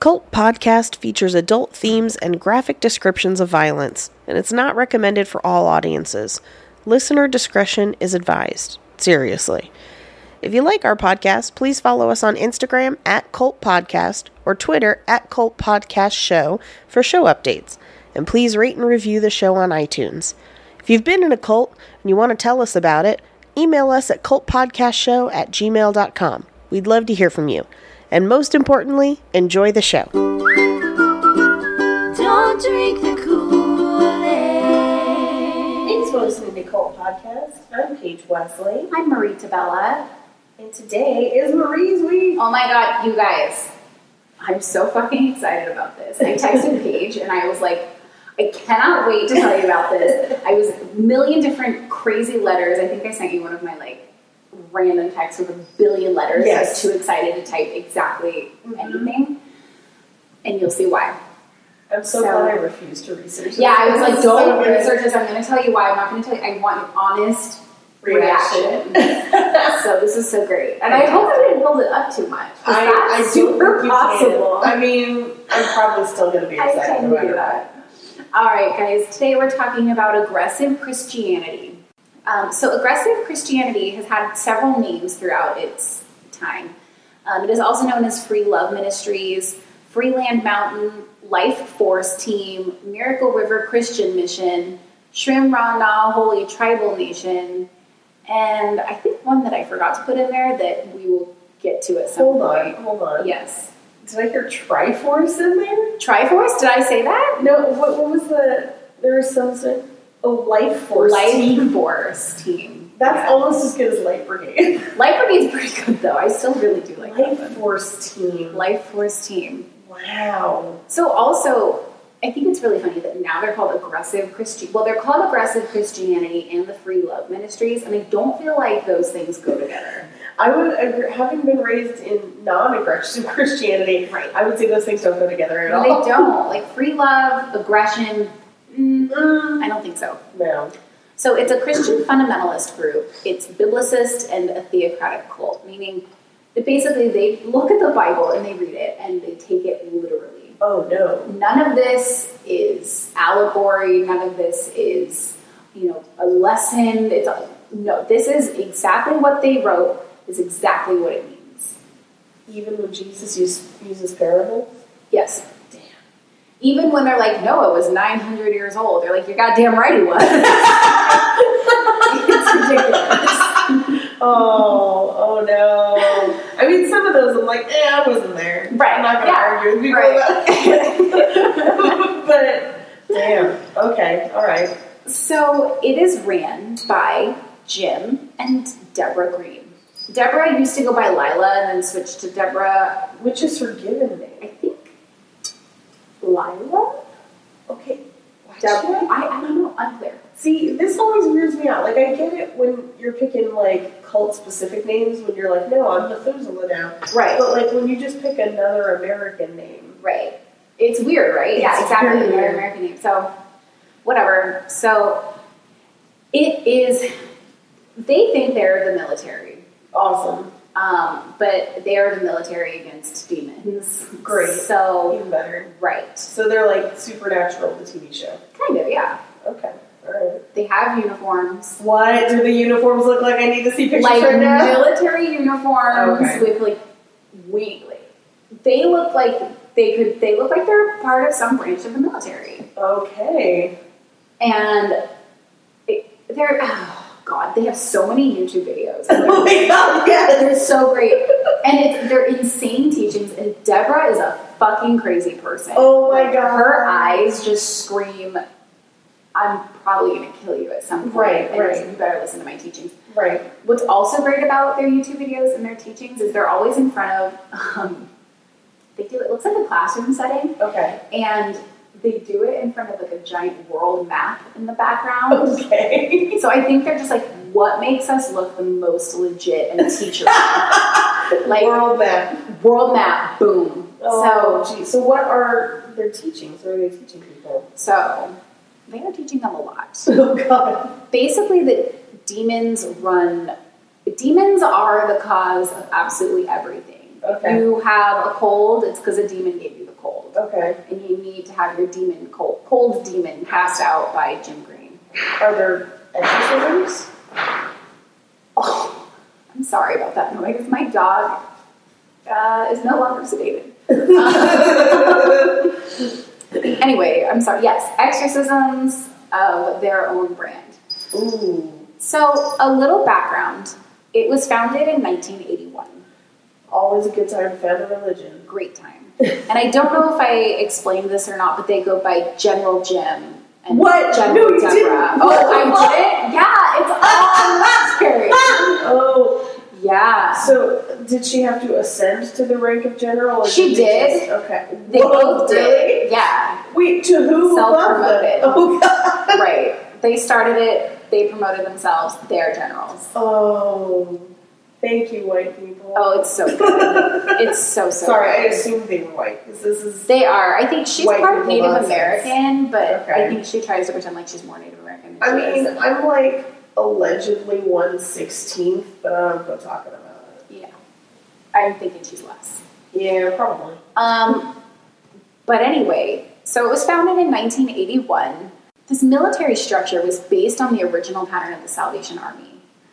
Cult Podcast features adult themes and graphic descriptions of violence, and it's not recommended for all audiences. Listener discretion is advised. Seriously. If you like our podcast, please follow us on Instagram at Cult Podcast or Twitter at Cult Podcast Show for show updates. And please rate and review the show on iTunes. If you've been in a cult and you want to tell us about it, email us at cultpodcastshow at gmail.com. We'd love to hear from you. And most importantly, enjoy the show. Don't drink the Kool-Aid. It's mostly the Cult Podcast. I'm Paige Wesley, I'm Marie Tabella. and today is Marie's week. Oh my god, you guys. I'm so fucking excited about this. I texted Paige and I was like, I cannot wait to tell you about this. I was a million different crazy letters. I think I sent you one of my like random texts with a billion letters. I was Yes. Mm-hmm. too excited to type exactly anything. And you'll see why. I'm so, So- glad I refused to research. Yeah, I was this. like, This is so don't good. research this. I'm going to tell you why. I'm not going to tell you. I want an honest reaction. so this is so great. And I hope I didn't build it up too much. 'cause I, that's I don't super think you possible. Can. I mean, I'm probably still going to be I excited can about do that. All right, guys. Today we're talking about aggressive Christianity. Um, so aggressive Christianity has had several names throughout its time. Um, it is also known as Free Love Ministries, Freeland Mountain, Life Force Team, Miracle River Christian Mission, Shrim Rana Holy Tribal Nation, and I think one that I forgot to put in there that we will get to at some Hold point. on, hold on. Yes. Did I hear Triforce in there? Triforce, did I say that? No, what, what was the. There was some sort of. A life force. Life team. Force team. That's yeah. almost as good as Light Brigade. Life Brigade's pretty good though. I still really do like that Life one. force team. Life Force team. Wow. So also, I think it's really funny that now they're called aggressive Christian. Well, they're called aggressive Christianity and the free love ministries, and I don't feel like those things go together. I would agree, having been raised in non-aggressive Christianity, Right. I would say those things don't go together at No, all. they don't. Like free love, aggression. Mm, Mm, I don't think so. no. So it's a Christian fundamentalist group. It's biblicist and a theocratic cult, meaning that basically they look at the Bible and they read it and they take it literally. Oh no. None of this is allegory. None of this is, you know, a lesson. It's no. This is exactly what they wrote. Is exactly what it means. Even when Jesus use, uses parables. Yes. Even when they're like, Noah was 900 years old, they're like, you're goddamn right he was. it's ridiculous. Oh, oh no. I mean, some of those I'm like, eh, I wasn't there. Right, I'm not going to yeah, argue with people right. about it. but, damn. Okay, all right. So it is ran by Jim and Deborah Green. Deborah used to go by Lila and then switched to Deborah, Which is her given I name? think, Lila? Okay. why should Deborah? I- I, I don't know, unclear. See, this always weirds me out. Like, I get it when you're picking, like, cult specific names when you're like, no, I'm Methuselah now. Right, But, like, when you just pick another American name. right. It's weird, right? yeah, It's exactly. very Their weird. American name. So, whatever. So, it is, they think they're the military. Awesome. Um, but they are the military against demons. Great. So, Even better. right. So they're, like, supernatural, the TV show. Kind of, yeah. Okay, all right. They have uniforms. What do the uniforms look like? I need to see pictures Like right now. military uniforms Okay. with like we they look like they could they look like they're part of some branch of the military. Okay. And it, they're oh god, they have so many YouTube videos. Oh my god, yes. they're so great. And it's they're insane teachings and Deborah is a fucking crazy person. Oh my Like, God. Her eyes just scream I'm probably gonna kill you at some point. Right, and right. You better listen to my teachings. Right. What's also great about their YouTube videos and their teachings is they're always in front of. Um, they do it looks like a classroom setting, Okay. and they do it in front of like a giant world map in the background. Oh. Okay. So I think they're just like, what makes us look the most legit and teachable? like World map. world map, boom. Oh, so, so what are their teachings? What are they teaching people? So, so they are teaching them a lot. Oh god. basically that demons run demons are the cause of absolutely everything Okay. you have a cold it's because a demon gave you the Okay. and you need to have your demon cold, cold demon passed out by Jim Green. Are there exorcisms? Oh, I'm sorry about that noise. My dog uh, is no longer sedated. anyway, I'm sorry. Yes, exorcisms of their own brand. Ooh. So, a little background. It was founded in 1981. Always a good time to found a religion. Great time. And I don't know if I explained this or not, but they go by General Jim and What? General No, you Deborah. didn't. Oh, I did? Yeah, it's all military. Oh, Yeah. so did she have to ascend to the rank of general? or She they did. just- okay. They Whoa, both oh, really? did. Yeah, Wait, to who? above them? Self-promoted. Oh, God. right. They started it, they promoted themselves, they're generals. Oh, thank you, white people. Oh, it's so good. It's so, so Sorry, I good. assumed they were white because this is. They are. I think she's White part people Native nonsense. American, but Okay. I think she tries to pretend like she's more Native American. than I she mean, is. I'm like allegedly one sixteenth, but I don't know what I'm talking about. yeah, I'm thinking she's less. Yeah, probably. Um, but anyway, so it was founded in 1981. This military structure was based on the original pattern of the Salvation Army.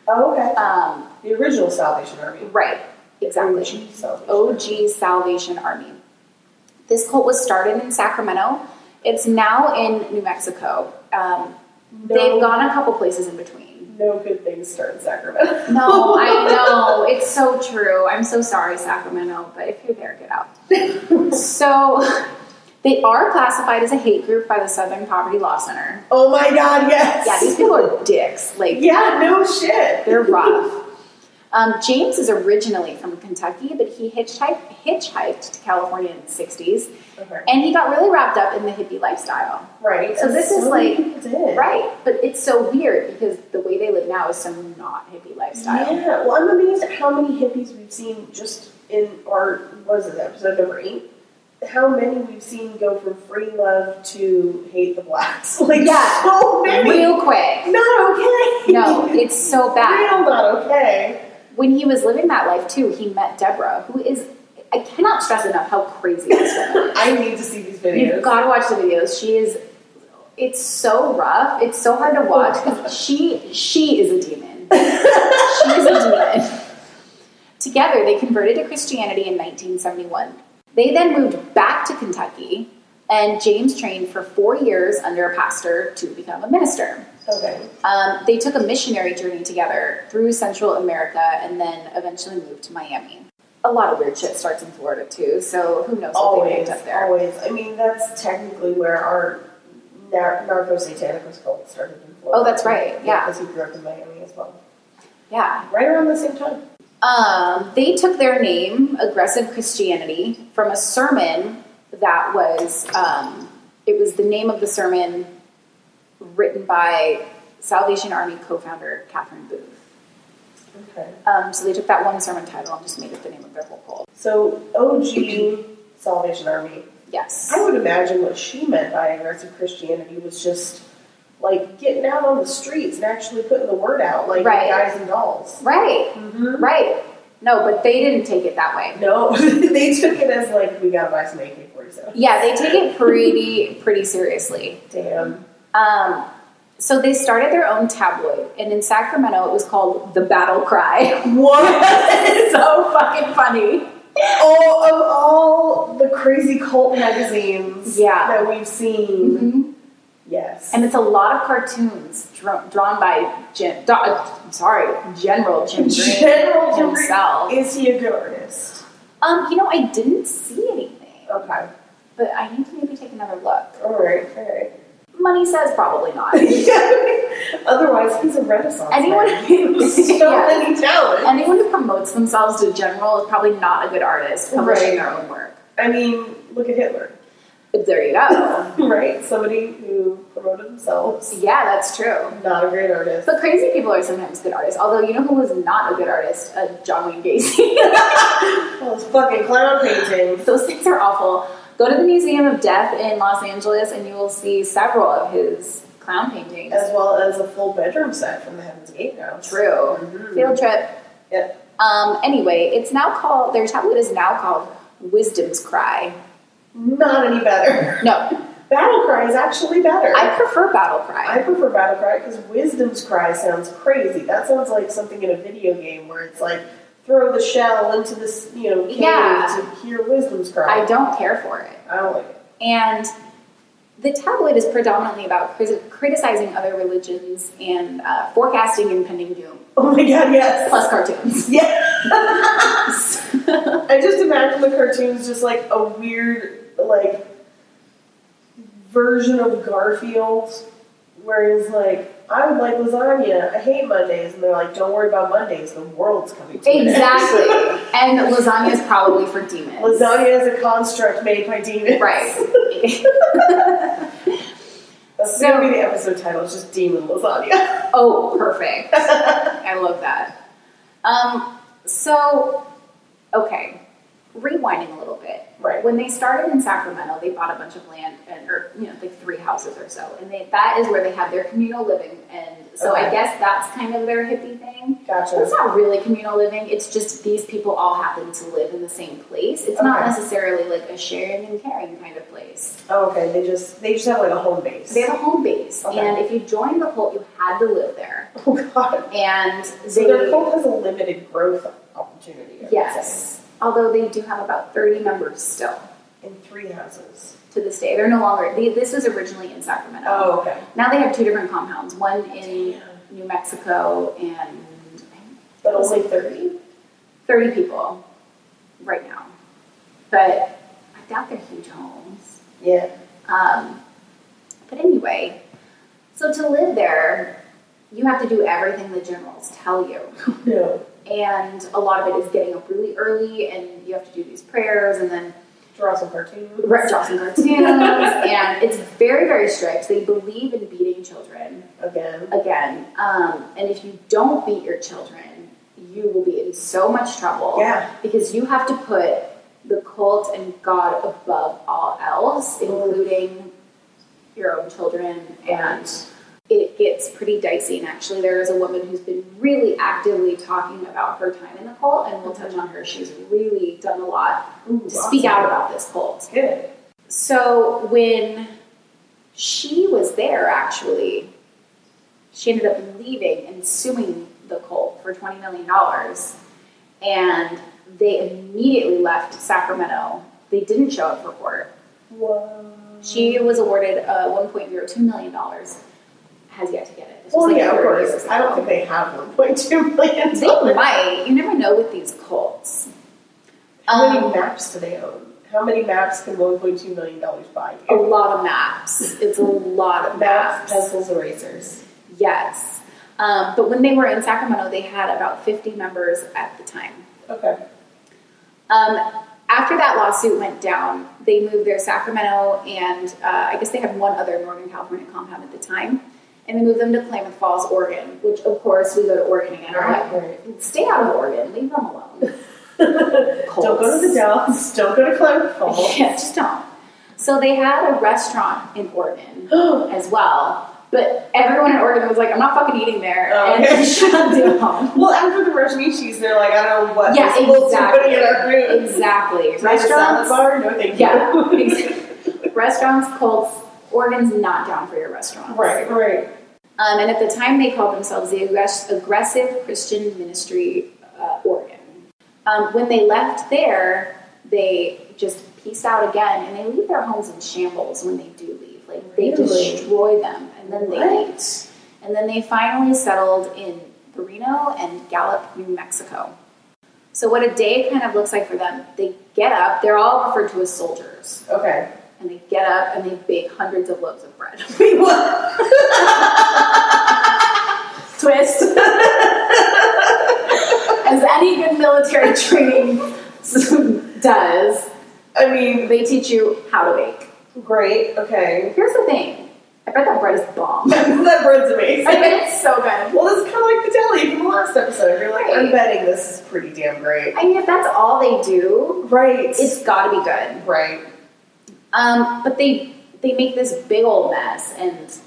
Oh, okay. Um, The original Salvation Army. right, exactly. OG Salvation. Oh. OG Salvation Army. This cult was started in Sacramento. It's now in New Mexico. Um, no, They've gone a couple places in between. No good things start in Sacramento. No, I know. It's so true. I'm so sorry, Sacramento, but if you're there, get out. so they are classified as a hate group by the Southern Poverty Law Center. Oh my God, yes. Yeah, these people are dicks. Like, Yeah, no shit. they're rough. Um, James is originally from Kentucky, but he hitchhiked, hitchhiked to California in the 60s, Okay. and he got really wrapped up in the hippie lifestyle. Right. So and this is many like- people did. Right, but it's so weird because the way they live now is so not hippie lifestyle. Yeah. Well, I'm amazed at how many hippies we've seen just in our what is it episode number eight? How many we've seen go from free love to hate the blacks? Like Yeah. so many. Real quick. Not okay. No, it's so bad. Real not okay. When he was living that life too, he met Deborah, who is I cannot stress enough how crazy this woman I need to see is. these You've videos. gotta watch the videos. She is it's so rough. It's so hard to watch because she she is a demon. she is a demon. Together they converted to Christianity in 1971. They then moved back to Kentucky and James trained for four years under a pastor to become a minister. Okay. Um, they took a missionary journey together through Central America and then eventually moved to Miami. A lot of weird shit starts in Florida too, so who knows what they Always, picked up there. always. I mean, that's technically where our nar- narco satanicus cult started in Florida. Oh, that's right, yeah. Because he grew up in Miami as well. Yeah. Right around the same time. Um, they took their name, Aggressive Christianity, from a sermon that was, um, it was the name of the sermon written by Salvation Army co founder Catherine Booth. Okay. Um, so they took that one sermon title and just made it the name of their whole cult. So OG Salvation Army. Yes. I would imagine what she meant by aggressive Christianity was just like getting out on the streets and actually putting the word out, like Right. guys and dolls. Right. Mm-hmm. Right. No, but they didn't take it that way. No, they took it as like we gotta buy some AK forty seven. Yeah, they take it pretty pretty seriously. Damn. Um, so they started their own tabloid, and in Sacramento, it was called the Battle Cry. What? it's so fucking funny. all of all the crazy cult magazines Yeah. Mm-hmm. that we've seen. Yes. And it's a lot of cartoons drawn, drawn by Jim. Do, uh, I'm sorry, General Jim Green General Jim Green. himself. is he a good artist? Um, you know, I didn't see anything, Okay. but I need to maybe take another look. All right. All right. Money says probably not. Otherwise, he's a renaissance Anyone- man. He was so Yeah. many talents. Anyone who promotes themselves to general is probably not a good artist publishing Right. their own work. I mean, look at Hitler, But there you go. right? Somebody who promoted themselves, yeah, that's true. not a great artist. But crazy people are sometimes good artists. Although you know who was not a good artist? Uh, John Wayne Gacy. All those fucking clown paintings. Those things are awful. Go to the Museum of Death in Los Angeles, and you will see several of his clown paintings. As well as a full bedroom set from the Heaven's Gate house. True. Mhm. Field trip. Yep. Um, anyway, it's now called. Their tablet is now called Wisdom's Cry. not any better. No, Battle Cry is actually better. I prefer Battle Cry. I prefer Battle Cry because Wisdom's Cry sounds crazy. That sounds like something in a video game where it's like throw the shell into this, you know, cave Yeah. to hear Wisdom's Cry. I don't care for it. I don't like it. And the tablet is predominantly about crit- criticizing other religions and uh, forecasting impending doom, Oh my god, yes. plus cartoons. Yeah. I just imagine the cartoons just like a weird like version of Garfield where he's like, I would like lasagna, I hate Mondays, and they're like, Don't worry about Mondays, the world's coming to an end." exactly. And lasagna is probably for demons. Lasagna is a construct made by demons. Right. That's So- gonna be the episode title, it's just demon lasagna. oh, perfect. I love that. Um, so, okay, rewinding a little bit. Right. When they started in Sacramento, they bought a bunch of land and, or you know, like three houses or so, and they, that is where they had their communal living. And so, I Okay. guess that's kind of their hippie thing. So It's Gotcha. not really communal living. It's just these people all happen to live in the same place. It's not Okay. necessarily like a sharing and caring kind of place. Oh, okay, they just they just have like a home base. They have a home base, Okay. and if you joined the cult, you had to live there. oh god. And So they, their cult has a limited growth opportunity. I would say, yes, although they do have about thirty members still In three houses. to this day. They're no longer. They, this was originally in Sacramento. Oh, okay. Now they have two different compounds. One in New Mexico and But only 30? 30 people right now. But I doubt they're huge homes. Yeah. Um, but anyway, so to live there, you have to do everything the generals tell you. No. And a lot of it is getting up really early, and you have to do these prayers and then Draw some cartoons. write draw some cartoons. and it's very, very strict. They believe in beating children Again. again. Um, and if you don't beat your children, you will be in so much trouble Yeah. because you have to put the cult and God above all else, including your own children. And it gets pretty dicey. And actually, there is a woman who's been really actively talking about her time in the cult, and we'll touch on her. She's really done a lot Ooh, to speak out about this cult. Good. So when she was there, actually, she ended up leaving and suing the cult for $20 million. And they immediately left Sacramento. They didn't show up for court. Whoa. She Mm. was awarded uh, $1.02 million, has yet to get it. This was Well, like yeah, of 30 course. years I don't ago. think they have 1.2 million. They dollars. might. You never know with these cults. How many Um, maps do they own? How many maps can 1.2 million dollars buy a you? lot of maps. It's a lot of Oh, Maps, maps. pencils, erasers. Yes. Um, but when they were in Sacramento, they had about 50 members at the time. Okay. Um, after that lawsuit went down, they moved their Sacramento and uh, I guess they had one other Northern California compound at the time. And they moved them to Klamath Falls, Oregon, which of course we go to Oregon again. I'm like, Right. Stay out of Oregon, leave them alone. Don't go to the Dallas. Don't go to Cloud Falls. Yeah, just don't. So they had a restaurant in Oregon. as well. But everyone in Oregon was like, I'm not fucking eating there. Oh, and okay. shut down. well, after the Rashmichis, they're like, I don't know what. yeah, this will exactly. somebody in our room. Exactly. Is there a salad Restaurants. bar? No, thank you. Yeah. ex- restaurants, cults, Oregon's not down for your restaurants. right, right. Um, and at the time, they called themselves the Aggress- Aggressive Christian Ministry uh, Oregon. Um, when they left there, they just peace out again, and they leave their homes in shambles when they do leave. Like they Really? destroy them, and then they What? leave. And then they finally settled in Reno and Gallup, New Mexico. So, what a day kind of looks like for them, they get up, they're all referred to as soldiers, Okay. and they get up and they bake hundreds of loaves of bread. Wait, what? Twist! As any good military training does, I mean, they teach you how to bake. great. Okay. Here's the thing I bet that bread is bomb. I that bread's amazing. bet it's so good. Well, this is kind of like the deli from the last episode. You're like, I'm Right. betting this is pretty damn great. I mean, if that's all they do, Right. it's gotta be good. right. Um, but they they make this big old mess and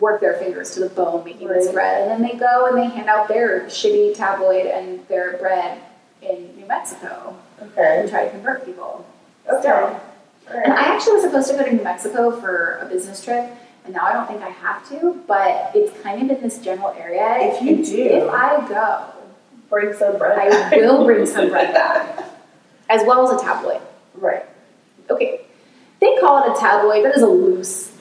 work their fingers to the bone making this Right. bread, and then they go and they hand out their shitty tabloid and their bread in New Mexico Okay. and try to convert people. Okay. Still. All And right. I actually was supposed to go to New Mexico for a business trip, and now I don't think I have to, but it's kind of in this general area. If you do. if I go, Bring some bread. I will bring some bread back, as well as a tabloid. Right. Okay, they call it a tabloid. That is a loose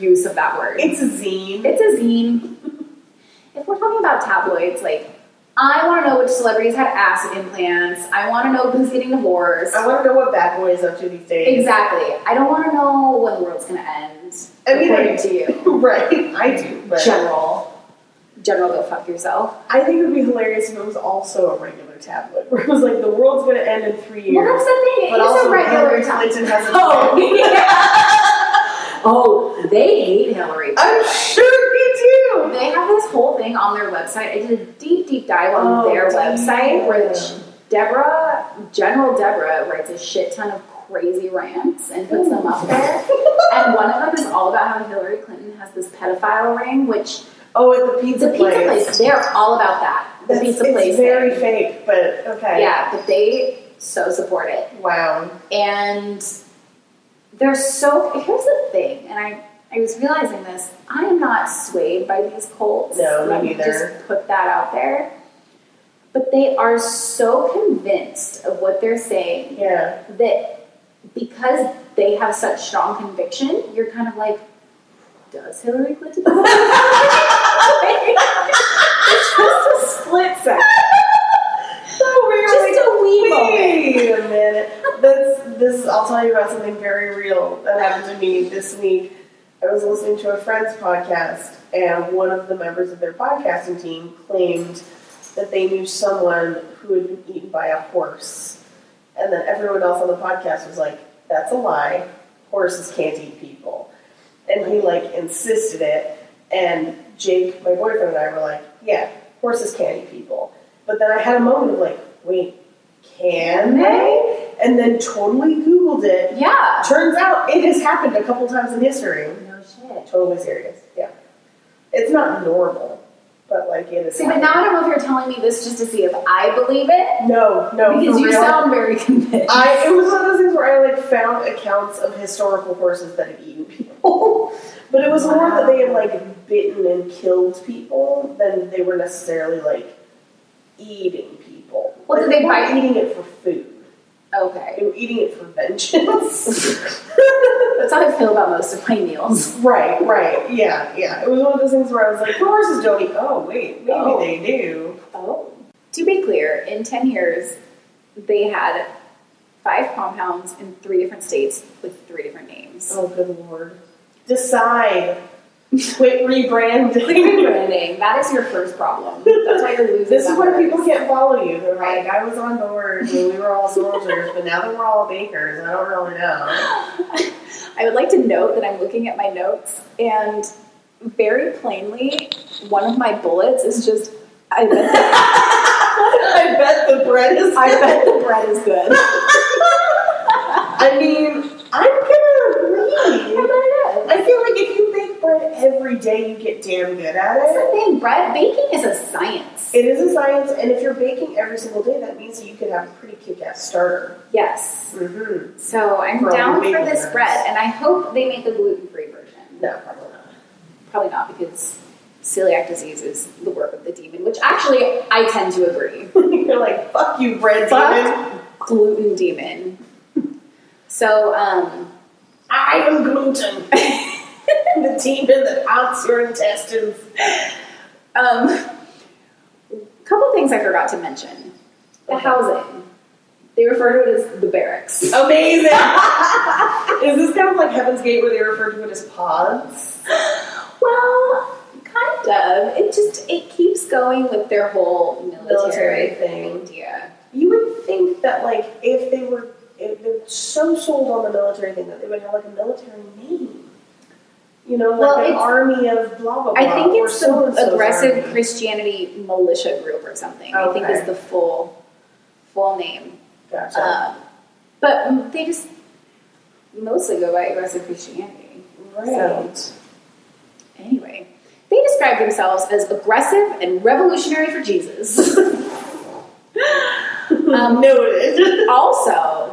use of that word. It's a zine. It's a zine. If we're talking about tabloids, like I want to know which celebrities had ass implants. I want to know who's getting divorced. I want to know what Bad Boy is up to these days. Exactly. I don't want to know when the world's gonna end. I mean, according I- to you, right. I do, but general, general, go fuck yourself. I think it would be hilarious if it was also a regular tablet where it was like the world's gonna end in three years. Well, that's the thing. but it is also a regular Hillary time. Clinton has a Oh, yeah. oh, they hate Hillary. I'm sure you do. They have this whole thing on their website. I did a deep, deep dive on Oh, their dear. website where Deborah, General Deborah, writes a shit ton of crazy rants and puts them up there. and one of them is all about how Hillary Clinton has this pedophile ring, which Oh, at the the pizza pizza place, they're all about that. The That's- pizza it's place. very thing. fake, but okay. Yeah, but they so support it. Wow. And they're so. Here's the thing, and I, I was realizing this I am not swayed by these cults. No, me Let neither. Just put that out there. But they are so convinced of what they're saying Yeah. that because they have such strong conviction, you're kind of like, does Hillary Clinton? it's just a split second. So we were Just a wee moment. Wait a minute. That's this. I'll tell you about something very real that happened to me this week. I was listening to a friend's podcast, and one of the members of their podcasting team claimed that they knew someone who had been eaten by a horse, and then everyone else on the podcast was like, "That's a lie. Horses can't eat people." And he like insisted it, and Jake, my boyfriend, and I were like, "Yeah, horses can't eat people." But then I had a moment of like, "Wait, can they? And then totally Googled it. Yeah. Turns out it has happened a couple times in history. No shit. Totally serious. Yeah. It's not normal, but like it is. See, but now I don't know if you're telling me this just to see if I believe it, no, no, because for you real. sound very convinced. I it was one of those things where I like found accounts of historical horses that had eaten people. but it was more that they had like bitten and killed people than they were necessarily like eating people. Well, Like, did they weren't bite- eating it for food. Okay, They were eating it for vengeance. that's how I feel about most of my meals. Right, right, yeah, yeah. It was one of those things where I was like, horses don't eat. Oh, wait, maybe Oh. they do. Oh. To be clear, in ten years, they had five compounds in three different states with three different names. Oh, good lord. Decide. Quit rebranding. Branding. That is your first problem. That's why you're losing. this is why people get. can't follow you. They're like, I was on board when we were all soldiers, but now that we're all bakers, I don't really know. I would like to note that I'm looking at my notes, and very plainly, one of my bullets is just. I bet I bet the bread is. I bet the bread is good. I mean, I'm gonna agree. I bet it is. I feel like if you bake bread every day, you get damn good at That's it. the thing, bread baking is a science. It is a science, and if you're baking every single day, that means that you could have a pretty kick-ass starter. Yes. Mm-hmm. So I'm For all down the for baking this nerds. bread, and I hope they make a gluten free version. No, probably not. Probably not, because celiac disease is the work of the demon, which actually I tend to agree. you're like, fuck you, bread demon. Fuck gluten demon. So, um, I am gluten. the demon that haunts your intestines. um, couple things I forgot to mention. The Okay. Oh. housing. They refer to it as the barracks. Amazing. is this kind of like Heaven's Gate where they refer to it as pods? Well, kind of. It just it keeps going with their whole military, Military thing. idea. You would think that like if they were if they were so sold on the military thing that they would have like a military name. You know, like Well, an it's- army of blah blah blah. I think or it's the so-and-so's aggressive army. Christianity militia group or something. I think Okay. is the full full name. Gotcha. Um, but they just mostly go by aggressive Christianity. Right. Anyway, they describe themselves as aggressive and revolutionary for Jesus. um, Noted. also,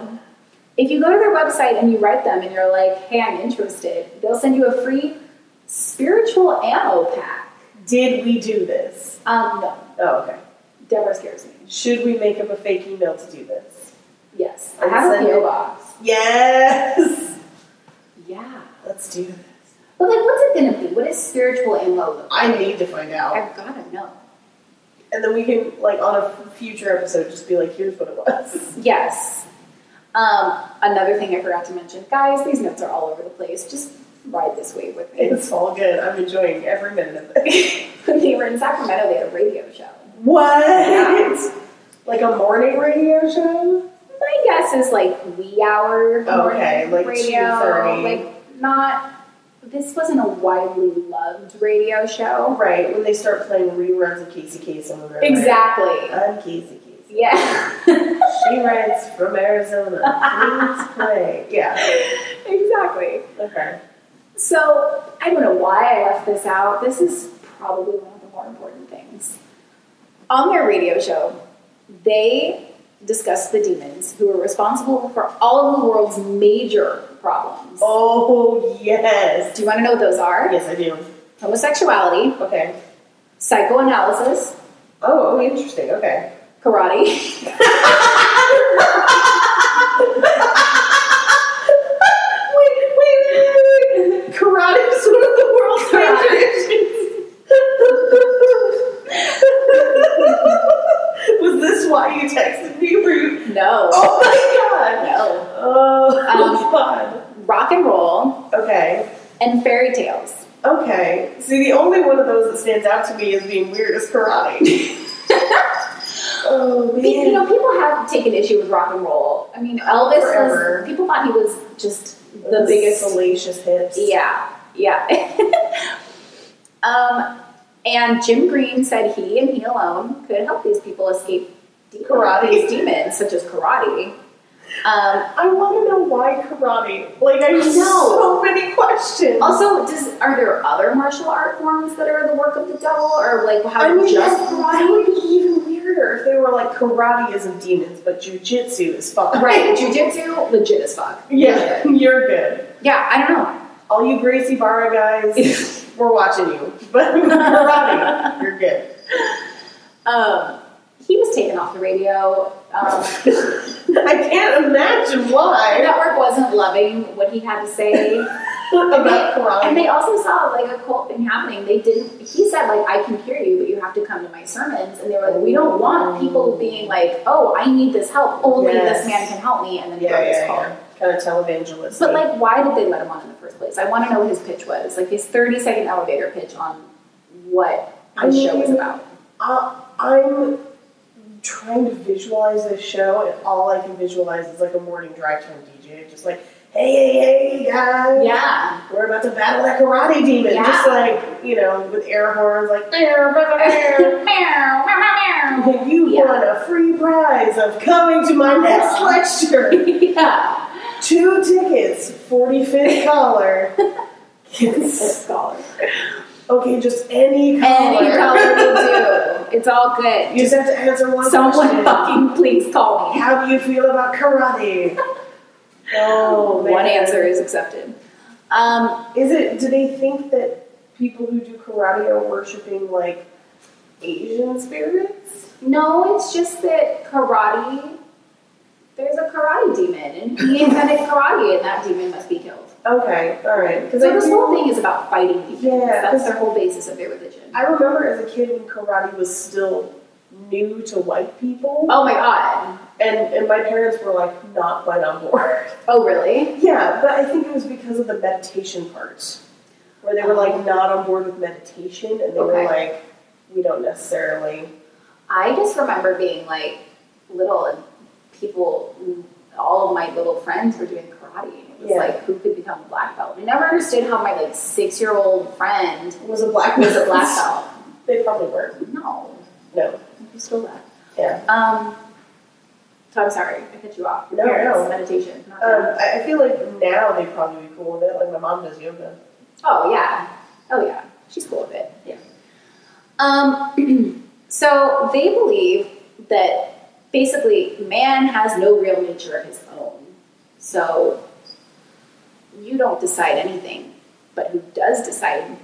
If you go to their website and you write them and you're like, hey, I'm interested, they'll send you a free spiritual ammo pack. Did we do this? Um, no, Oh, okay. Deborah scares me. Should we make up a fake email to do this? Yes, I And have a send PO it. box. Yes! Yeah. Let's do this. But like, what's it gonna be? What is spiritual ammo look I need to find out. I've gotta know. And then we can, like, on a future episode, just be like, here's what it was. Yes. Um, another thing I forgot to mention, guys, these notes are all over the place. Just ride this wave with me. It's all good. I'm enjoying every minute of it. when they were in Sacramento, they had a radio show. What? Yeah. Like a morning radio show? My guess is like wee hour, morning Okay, like radio, 2:30. like not. This wasn't a widely loved radio show. Right, when they start playing reruns of Casey Kasem. and they're Exactly. Like, I'm Casey Kasem. Yeah. She writes from Arizona. Please play. Yeah. exactly. Okay. So I don't know why I left this out. This is probably one of the more important things. On their radio show, they discussed the demons who were responsible for all of the world's major problems. Oh yes. Do you want to know what those are? Yes, I do. Homosexuality, Okay. psychoanalysis, Oh, interesting. Okay. karate. Wait, wait, wait, wait. Karate is one of the world's Karate. issues. Was this why you texted me? Were you? no. Oh my god. No. Oh Um, god. Rock and roll Okay. and fairy tales. Okay. See, the only one of those that stands out to me as being weird is karate. oh man. Pe- You know, people have taken issue with rock and roll. I mean, Elvis Forever. was. People thought he was just the the biggest biggest salacious hips. Yeah, yeah. um, and Jim Green said he and he alone could help these people escape demons, Karate. these demons, such as karate. Um, I want to know why karate. Like I have I know. so many questions. also, does are there other martial art forms that are the work of the devil, or like how I mean, just that, that karate? would be even weirder if they were like karate is of demons, but jujitsu is fine. right, jujitsu, legit as fuck. Yeah, you're good. yeah. I don't know. All you Gracie Barra guys, we're watching you. But karate, you're good. Um, he was taken off the radio. Um, I can't imagine the why network wasn't loving what he had to say. about karate. And they also saw like a cult thing happening. They didn't. He said like, "I can hear you, but you have to come to my sermons." And they were like, "We don't want people being like, oh, I need this help. Only Yes. this man can help me." And then he yeah, wrote this yeah, cult. yeah. Kind of televangelist. But like, why did they let him on in the first place? I want to know what his pitch was, like his thirty-second elevator pitch on what I his show was mean- about. Uh, I'm trying to visualize this show, and all I can visualize is like a morning drive time DJ, just like, hey, hey, hey, guys, Yeah, we're about to battle that karate demon, Yeah. just like you know, with air horns, like, "Meow, meow, meow, meow." you Yeah. won a free prize of coming to my next Uh-huh. lecture. yeah. Two tickets, forty fifth collar. Yes. It's scholar. Okay, just any collar. Any color will do. It's all You good. just have to answer one Someone question. fucking please call me. How do you feel about karate? oh, man. One answer is accepted. Um, Is it? Do they think that people who do karate are worshiping like Asian spirits? no, it's just that karate. There's a karate demon, and he invented karate, and that demon must be killed. Okay, all right. So Because I this do- whole thing is about fighting demons. Yeah, that's 'cause- their whole basis of their religion. I remember as a kid when karate was still new to white people, Oh my god. and and my parents were like not quite on board. Oh really? yeah, but I think it was because of the meditation part, where they were like not on board with meditation, and they were Oh. Okay. like, we don't necessarily. I just remember being like little, and people, all of my little friends were doing karate. and It was Yeah. like who could become a black belt. I never understood how my like six year old friend Was a black was a black belt. They probably were. No, No. you still left. Yeah. Um, so I'm sorry, I cut you off. No, Parents, no. meditation. Not Um, that. I I feel like now they'd probably be cool with it. Like my mom does yoga. oh yeah, oh yeah, she's cool with it. Yeah. Um, so they believe that basically man has no real nature of his own. So you don't decide anything, but who does decide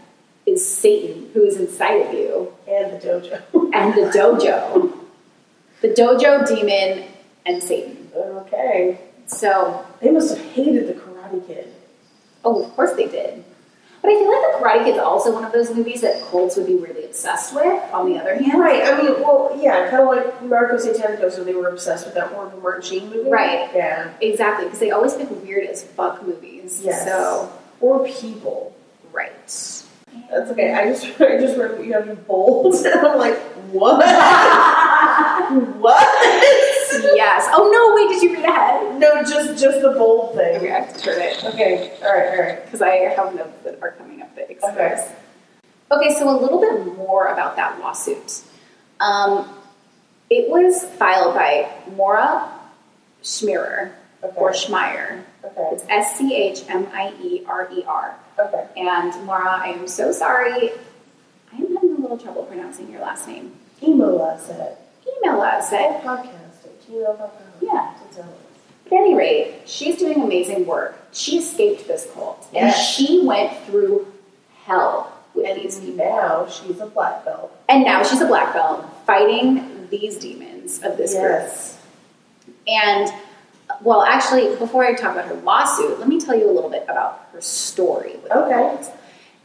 is Satan, who is inside of you, and the dojo. and the dojo. The dojo demon and Satan. okay. So, They must have hated the Karate Kid. oh, of course they did. But I feel like The Karate Kid's also one of those movies that cults would be really obsessed with, on the other hand. Right. I mean, well, yeah, kind of like Marco Satanico, so they were obsessed with that horrible Martin Sheen movie. Right. Yeah. Exactly, because they always pick weird as fuck movies. Yes. So, Or people. right. That's okay. I just I just read what you have in bold. And I'm like, what? what? yes. Oh no, wait, did you read ahead? no, just just the bold thing. Okay, I have to turn it Okay. All right. All right. because I have notes that are coming up that explains. Okay. so a little bit more about that lawsuit. Um, it was filed by Maura Schmierer or Okay. Schmeier. Okay. It's S C H M I E R E R. Okay. And Maura, I am so sorry. I am having a little trouble pronouncing your last name. Email us at Email us at podcast at gmail.com. Yeah. At any rate, she's doing amazing work. She escaped this cult, and Yes. she went through hell with these people. And now she's a black belt. And now she's a black belt fighting these demons of this yes. group. And well, actually, before I talk about her lawsuit, let me tell you a little bit about her story. With the Okay. cult.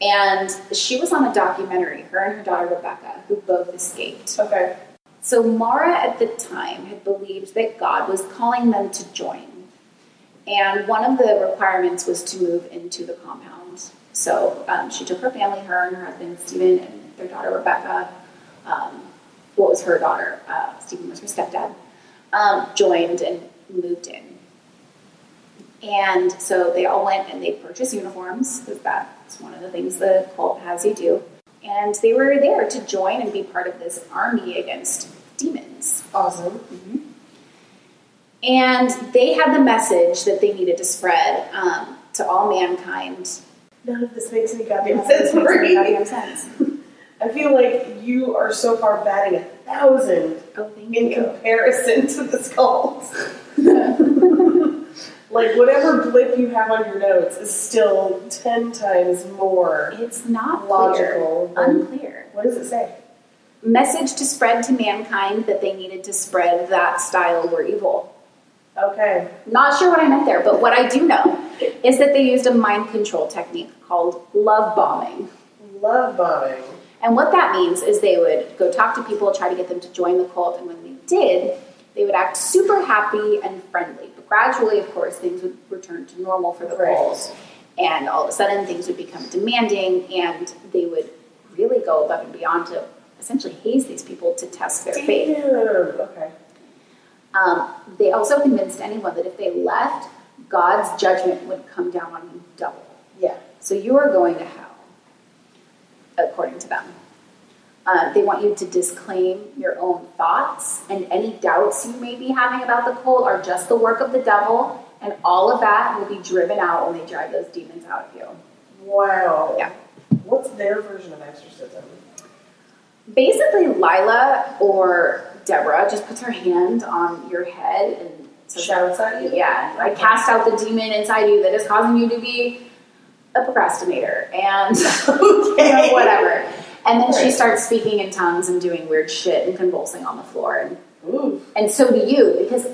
And she was on a documentary, her and her daughter Rebecca, who both escaped. Okay. So Mara at the time had believed that God was calling them to join. And one of the requirements was to move into the compound. So um, she took her family, her and her husband, Stephen, and their daughter, Rebecca. Um, what was her daughter? Uh, Stephen was her stepdad. Um, joined and moved in. And so they all went and they purchased uniforms because that's one of the things the cult has you do. And they were there to join and be part of this army against demons. Awesome. And they had the message that they needed to spread um, to all mankind. None of this makes any goddamn sense for me. Goddamn sense. I feel like you are so far batting a thousand Oh, thank in you. comparison to the skulls. like whatever blip you have on your notes is still ten times more It's not clear. logical. than- Unclear. What does it say? Message to spread to mankind that they needed to spread that style were evil. Okay. Not sure what I meant there, but what I do know is that they used a mind control technique called love bombing. Love bombing. And what that means is they would go talk to people, try to get them to join the cult, and when they did, they would act super happy and friendly. But gradually, of course, things would return to normal for the Right. cult. And all of a sudden, things would become demanding, and they would really go above and beyond to essentially haze these people to test their faith. Damn. Okay. Um, they also convinced anyone that if they left, God's judgment would come down on you double. Yeah. So you are going to hell, according to them. Uh, they want you to disclaim your own thoughts, and any doubts you may be having about the cult are just the work of the devil, and all of that will be driven out when they drive those demons out of you. Wow. Yeah. What's their version of exorcism? Basically, Lila or Deborah just puts her hand on your head and says, Shouts at you? Yeah, I cast out the demon inside you that is causing you to be a procrastinator and you know, whatever. And then she Right. starts speaking in tongues and doing weird shit and convulsing on the floor. And, Ooh. and so do you, because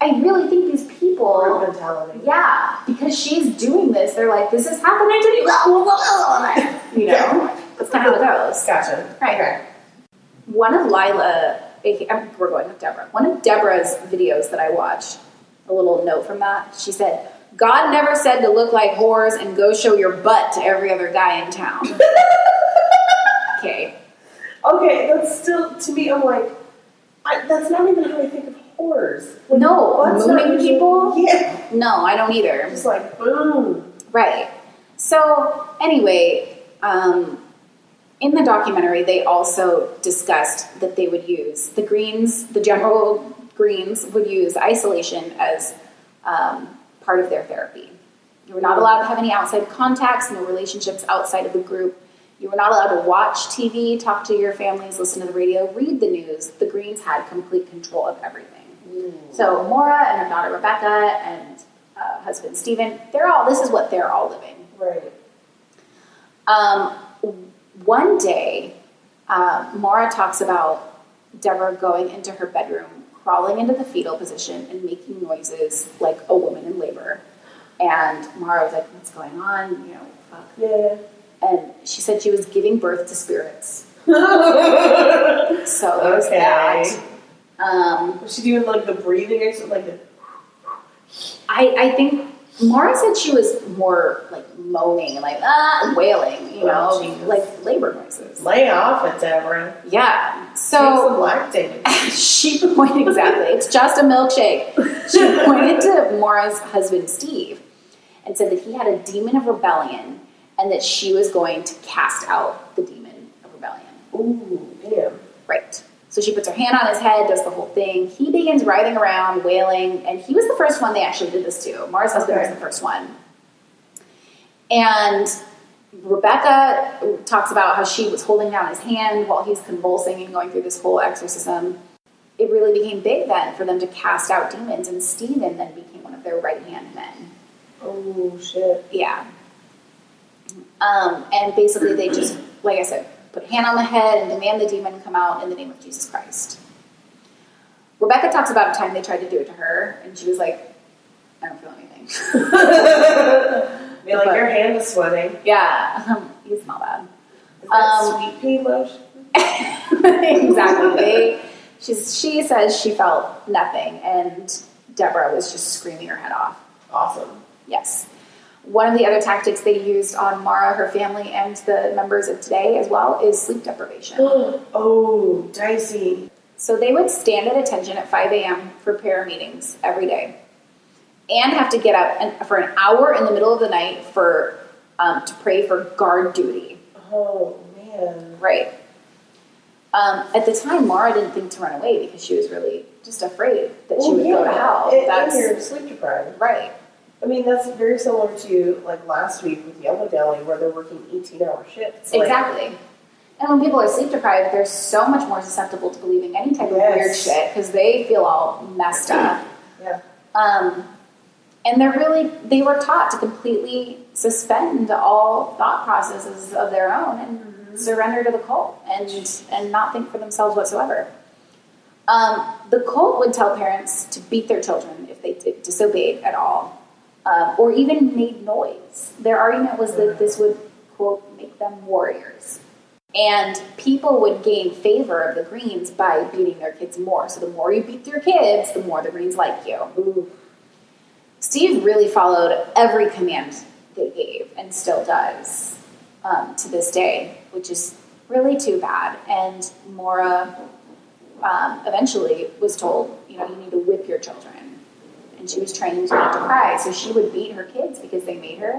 I really think these Group people, mentality. yeah, because she's doing this, they're like, this is happening to me. blah, blah, blah, blah, blah. You know, that's kind of how it goes. Gotcha. Right. One of Lila, aka- um, we're going with Deborah. One of Deborah's videos that I watched, a little note from that, she said, God never said to look like whores and go show your butt to every other guy in town. okay. Okay, that's still to me. I'm like, I, that's not even how I think of horrors. Like, No, butts mooning not usually- people? Yeah, No, I don't either. just like boom. Right. So, anyway, um, in the documentary, they also discussed that they would use the Greens, the general Greens would use isolation as um, part of their therapy. You were not allowed to have any outside contacts, no relationships outside of the group. You were not allowed to watch TV, talk to your families, listen to the radio, read the news. The Greens had complete control of everything. So Mora and her daughter Rebecca and uh, husband Stephen, they're all, this is what they're all living. Right. Um, one day, uh, Mara talks about Deborah going into her bedroom, crawling into the fetal position, and making noises like a woman in labor. And Mara was like, "What's going on?" You know, fuck. Yeah. And she said she was giving birth to spirits. was So there's Okay. that. Um, she doing like the breathing or something? Like the, I, I think Mara said she was more like moaning and like ah, wailing, you Oh, know, Jesus. like labor noises. lay off it, Deborah. Yeah. So. Take some lactate. she pointed exactly. It's just a milkshake. She pointed to Mora's husband Steve and said that he had a demon of rebellion and that she was going to cast out the demon of rebellion. Ooh, damn. Right. So she puts her hand on his head, does the whole thing. He begins writhing around, wailing, and he was the first one they actually did this to. Mara's husband Okay. was the first one. And Rebecca talks about how she was holding down his hand while he's convulsing and going through this whole exorcism. It really became big then for them to cast out demons, and Stephen then became one of their right hand men. Oh shit. Yeah. Um, and basically, they just, like I said, put a hand on the head and demand the demon come out in the name of Jesus Christ. Rebecca talks about a time they tried to do it to her, and she was like, I don't feel anything. Be like, But- your hand is sweating. yeah, um, you smell bad. Is that Um, sweet pea lotion? exactly. They, she's, she says she felt nothing, and Deborah was just screaming her head off. Awesome. Yes. One of the other tactics they used on Mara, her family, and the members of today as well is sleep deprivation. oh, dicey. So they would stand at attention at 5 a.m. for prayer meetings every day and have to get up and, for an hour in the middle of the night for um, to pray for guard duty. Oh man. Right. Um, at the time, Mara didn't think to run away because she was really just afraid that she Well, would go to yeah. hell. And, and That's you're sleep deprived. right. I mean, that's very similar to like last week with Yellow Deli, where they're working eighteen-hour shifts. Like, exactly. And when people are sleep deprived, they're so much more susceptible to believing any type of weird Yes. shit because they feel all messed up. Yeah. Um, and they're really, they were taught to completely suspend all thought processes of their own and Mm-hmm. surrender to the cult and, and not think for themselves whatsoever. Um, the cult would tell parents to beat their children if they d- disobeyed at all um, or even made noise. Their argument was Mm-hmm. that this would, quote, make them warriors. And people would gain favor of the Greens by beating their kids more. So the more you beat your kids, the more the Greens like you. Ooh. Steve really followed every command they gave and still does um, to this day, which is really too bad. And Mora um, eventually was told, you know, you need to whip your children. And she was trained not to cry, so she would beat her kids because they made her.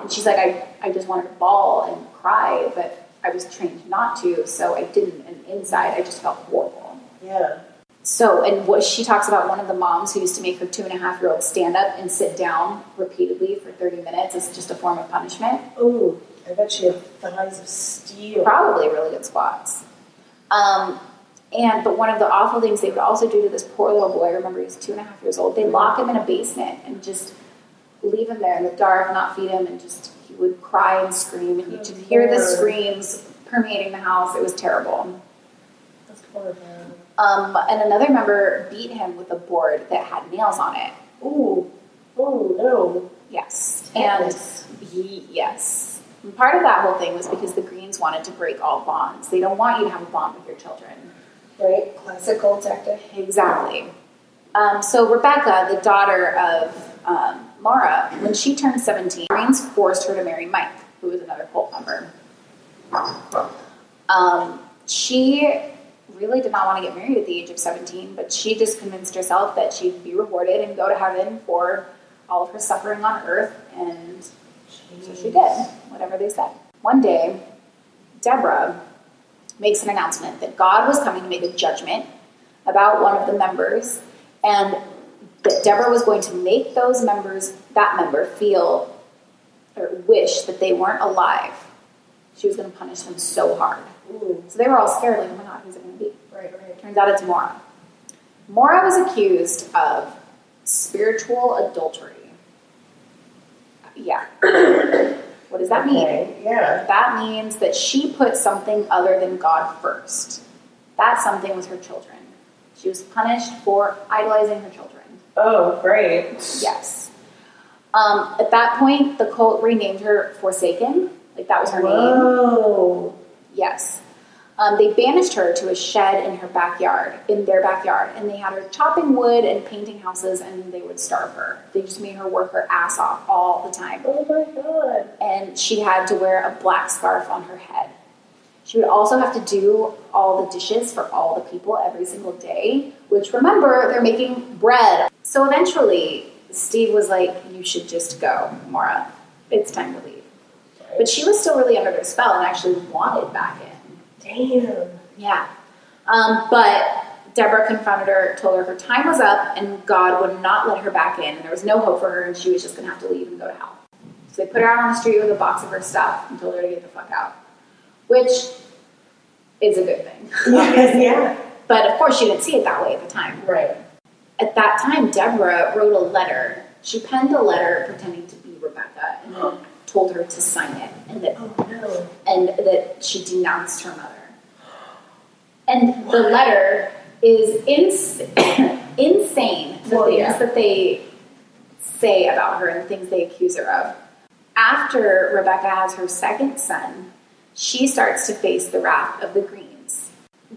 And she's like, I, I just wanted to bawl and cry, but I was trained not to, so I didn't. And inside, I just felt horrible. Yeah. So, and what she talks about one of the moms who used to make her two and a half year old stand up and sit down repeatedly for 30 minutes as just a form of punishment. Ooh. I bet she had thighs of steel. Probably really good squats. Um, and, but one of the awful things they would also do to this poor little boy, remember he was two and a half years old, they lock him in a basement and just leave him there in the dark, not feed him, and just, he would cry and scream, and you could hear the screams permeating the house. It was terrible. That's horrifying. Um, and another member beat him with a board that had nails on it. Ooh. Oh no. Yes. And he, yes. And part of that whole thing was because the Greens wanted to break all bonds. They don't want you to have a bond with your children. right, classical tactic. Exactly. Um, so Rebecca, the daughter of um, Mara, when she turned 17, the Greens forced her to marry Mike, who was another cult member. Um, she really did not want to get married at the age of 17, but she just convinced herself that she'd be rewarded and go to heaven for all of her suffering on earth and so she did, whatever they said. One day, Deborah makes an announcement that God was coming to make a judgment about one of the members, and that Deborah was going to make those members, that member, feel or wish that they weren't alive. She was going to punish them so hard. Ooh. So they were all scared, like, oh my God, who's it going to be? Right, right. Turns out it's Mora. Mora was accused of spiritual adultery. Yeah. what does that mean? Okay, Yeah. That means that she put something other than God first. That something was her children. She was punished for idolizing her children. Oh, great. Yes. Um, at that point, the cult renamed her Forsaken. Like that was her name. Whoa. Yes. Um, they banished her to a shed in her backyard, in their backyard, and they had her chopping wood and painting houses, and they would starve her. They just made her work her ass off all the time, Oh my god. and she had to wear a black scarf on her head. She would also have to do all the dishes for all the people every single day, which remember, they're making bread. So eventually, Steve was like, You should just go, Mara. It's time to leave. But she was still really under their spell and actually wanted back in. Damn. Yeah. Um, but Deborah confronted her, told her her time was up, and God would not let her back in, and there was no hope for her, and she was just going to have to leave and go to hell. So they put her out on the street with a box of her stuff and told her to get the fuck out, which is a good thing. yeah. But of course, she didn't see it that way at the time. Right. At that time, Deborah wrote a letter. She penned a letter pretending to be Rebecca and then told her to sign it, and that Oh no. and that she denounced her mother. And the letter is ins- insane, the Well, things yeah. that they say about her and things they accuse her of. After Rebecca has her second son, she starts to face the wrath of the Greens.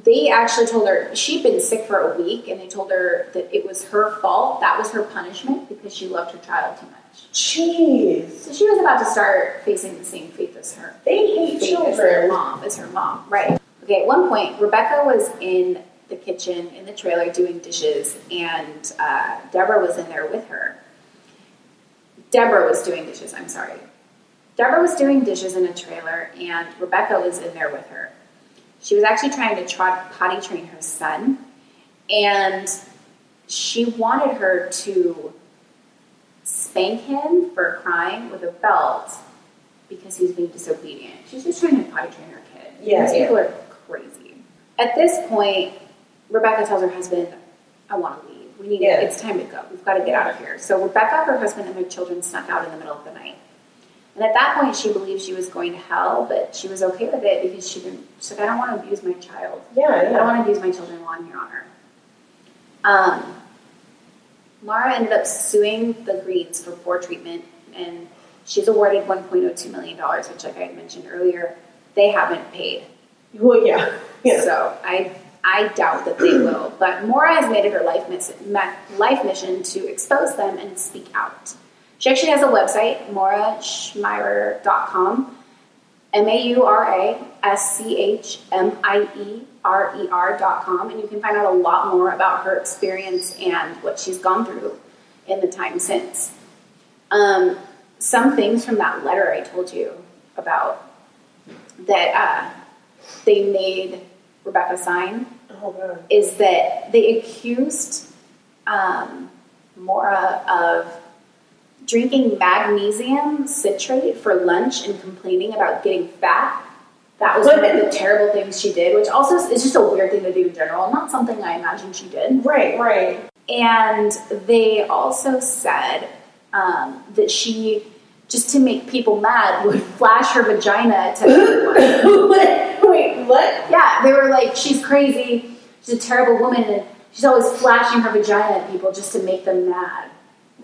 They actually told her she'd been sick for a week, and they told her that it was her fault. That was her punishment because she loved her child too much. Jeez. So she was about to start facing the same fate as her They hate as her children. mom, as her mom, right? Okay. At one point, Rebecca was in the kitchen in the trailer doing dishes, and uh, Deborah was in there with her. Deborah was doing dishes. I'm sorry. Deborah was doing dishes in a trailer, and Rebecca was in there with her. She was actually trying to trot, potty train her son, and she wanted her to spank him for crying with a belt because he's being disobedient. She's just trying to potty train her kid. Yeah, These yeah. people are crazy. At this point, Rebecca tells her husband, I want to leave. We need Yeah. it's time to go. We've got to get out of here. So Rebecca, her husband, and their children snuck out in the middle of the night. And at that point, she believed she was going to hell, but she was okay with it because she didn't. She's like, I don't want to abuse my child. Yeah, I don't yeah. want to abuse my children while I'm here on earth. Um, Mara ended up suing the Greens for poor treatment, and she's awarded $1.02 million, which, like I had mentioned earlier, they haven't paid. Well, yeah. Yeah. So I I doubt that they will. But Mora has made it her life, miss- ma- life mission to expose them and speak out. She actually has a website, moraschmeirer.com, M A U R A S C H M I E R E R.com, and you can find out a lot more about her experience and what she's gone through in the time since. Um, some things from that letter I told you about that uh, they made Rebecca sign Oh god. is that they accused um, Mora of drinking magnesium citrate for lunch and complaining about getting fat. That was one of the terrible things she did, which also is just a weird thing to do in general, not something I imagine she did. Right, right. And they also said um, that she, just to make people mad, would flash her vagina to everyone. Wait, what? Yeah, they were like, she's crazy. She's a terrible woman, and she's always flashing her vagina at people just to make them mad.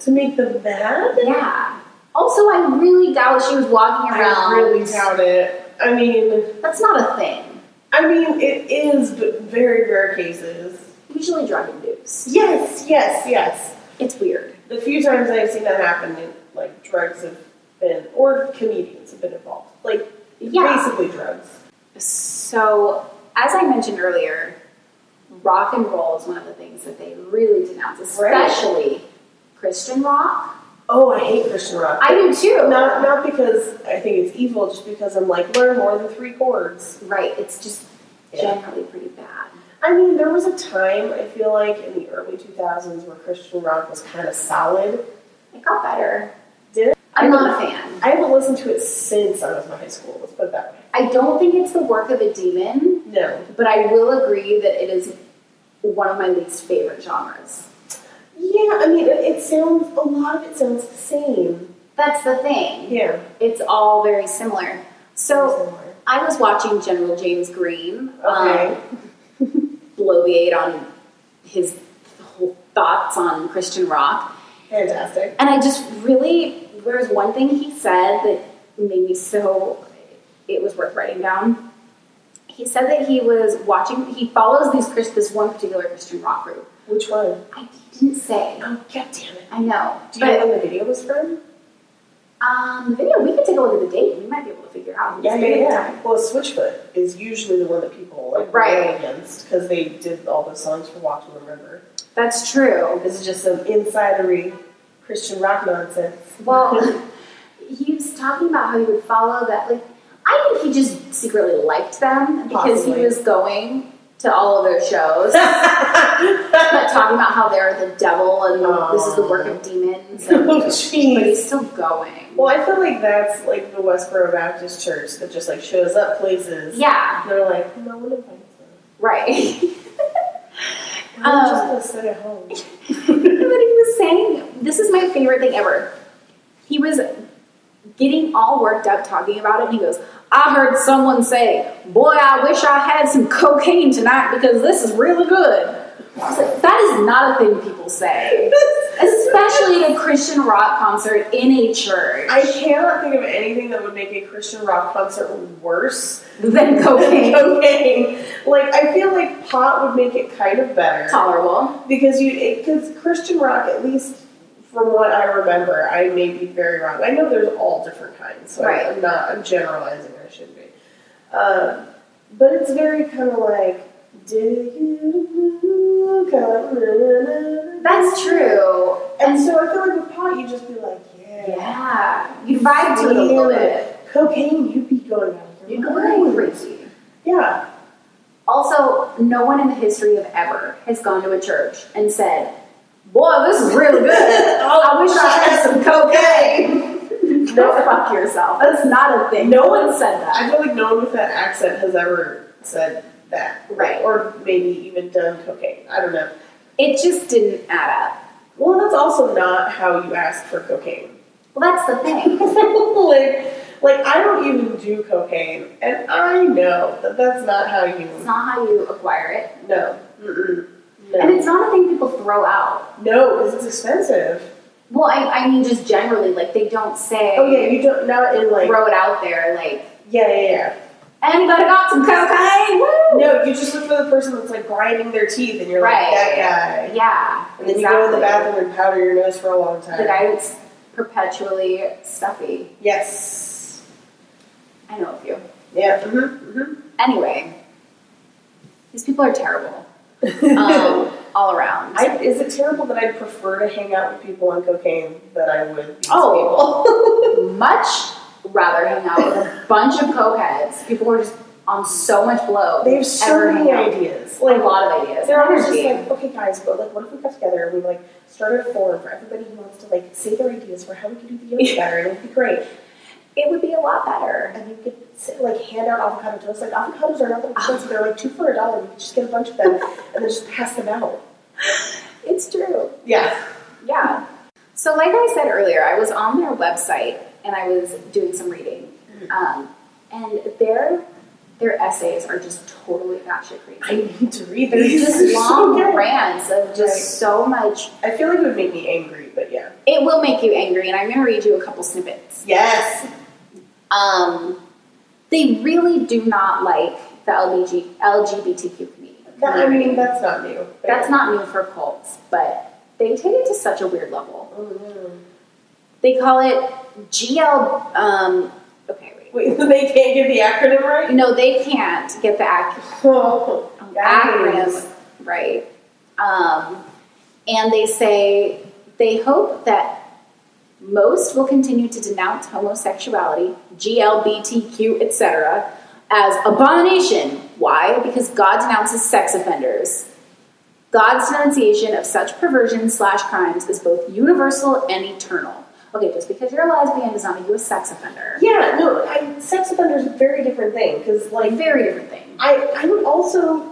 To make them mad? Yeah. Also, I really doubt she was walking around. I really doubt it. I mean, That's not a thing. I mean, it is, but very rare cases. Usually drug induced. Yes, yes, yes. It's weird. The few times I've seen that happen, it- like drugs have been, or comedians have been involved. Like Yeah. basically drugs. So, as I mentioned earlier, rock and roll is one of the things that they really denounce, Right. especially Christian rock. Oh, I hate Christian rock. I do too. Not not because I think it's evil, just because I'm like learn more than three chords. Right, it's just Yeah. generally pretty bad. I mean, there was a time I feel like in the early 2000s where Christian rock was kind of solid. It got better. Did it? I'm not a fan. I haven't listened to it since I was in high school. Let's put it that way. I don't think it's the work of a demon, No. but I will agree that it is one of my least favorite genres. Yeah, I mean, it, it sounds a lot of it sounds the same. That's the thing. Yeah. It's all very similar. So Similar. I was watching General James Green Okay. um, bloviate on his whole thoughts on Christian rock. Fantastic. And I just really, there was one thing he said that made me so, it was worth writing down. He said that he was watching, he follows these Chris, this one particular Christian rock group. Which one? I didn't say. Oh, god damn it. I know. Do you know But when the video was from? um, the video, we could take a look at the date. We might be able to figure out. who's Yeah, yeah, doing it. yeah. Well, Switchfoot is usually the one that people like Right. rail against because they did all those songs for Walk to Remember. That's true. This is just some insidery Christian rock nonsense. Well, he was talking about how he would follow that. Like, I think he just secretly liked them because Possibly. he was going to all of their shows, but talking about how they're the devil and this is the work of demons. And, Oh, but jeez. he's still going. Well, I feel like that's like the Westboro Baptist Church that just like shows up places. yeah, And they're like, no one invites them. right. I'm Um, just gonna sit at home. but he was saying, this is my favorite thing ever. He was getting all worked up talking about it, and he goes, I heard someone say, Boy, I wish I had some cocaine tonight because this is really good. I was like, that is not a thing people say, especially at a Christian rock concert in a church I cannot think of anything that would make a Christian rock concert worse than than cocaine. cocaine. Like, I feel like pot would make it kind of better. Tolerable. because you because Christian rock, at least from what I remember, I may be very wrong. I know there's all different kinds, so Right. I'm not I'm generalizing. I should be, um, but it's very kind of like do you kind of like, That's true. and so I feel like with pot, you just be like yeah, Yeah. You vibe to it a little bit. cocaine, you'd be going out. of You your go mind. crazy. Yeah, Also, no one in the history of ever has gone to a church and said, Boy, this is really good. Oh, I wish I had some cocaine. Go fuck yourself. That's not a thing. No one said that. I feel like no one with that accent has ever said that, Right. Or maybe even done cocaine. I don't know. It just didn't add up. Well, that's also not how you ask for cocaine. Well, that's the thing. like, like I don't even do cocaine, and I know that that's not how you. It's not how you acquire it. No, Mm-mm. And no, it's not a thing people throw out. no, 'cause it's expensive. Well, I, I mean, just generally, like, they don't say, Oh yeah, you don't not in like throw it out there, like, yeah yeah yeah. anybody got some cocaine? Woo! No, you just look for the person that's like grinding their teeth, and you're Right. like that guy. Yeah. And then exactly. you go in the bathroom and powder your nose for a long time. The guy that's perpetually stuffy. Yes. I know a few. Yeah. Mm-hmm. Anyway, these people are terrible Mm-hmm. um, all around. I, is it terrible that I prefer to hang out with people on cocaine than I would these oh, much rather hang out with a bunch of cokeheads. People who are just on so much blow. They have so ever many hang out. ideas. Like a lot of ideas. They're always just Energy. like, okay, guys, but like, what if we got together and we like started a forum for everybody who wants to like say their ideas for how we could do the yoga better, and it'd be great. it would be a lot better. And you could sit, like hand out avocado toast. Like avocados are not that expensive; they're like two for a dollar. You could just get a bunch of them and then just pass them out. It's true. Yeah. Yeah. So, like I said earlier, I was on their website and I was doing some reading, Mm-hmm. um, and their their essays are just totally batshit crazy. I need to read There's these. just They're so long good. rants of just Right. so much. I feel like it would make me angry, but yeah. It will make you angry, and I'm going to read you a couple snippets. Yes. Um, they really do not like the LBG, LGBTQ community. That, I mean, that's not new. but- That's not new for cults, but they take it to such a weird level. Oh, no. They call it GL. Um, okay, wait. Wait, they can't get the acronym right. No, they can't get the ac- Oh, guys. acronym right. Um, and they say they hope that most will continue to denounce homosexuality, GLBTQ, etc., as abomination. Why? Because God denounces sex offenders. God's denunciation of such perversions slash crimes is both universal and eternal. Okay, just because you're a lesbian does not make you a sex offender. Yeah, no, I, sex offenders is a very different thing because, Like, like, very different thing. I, I would also,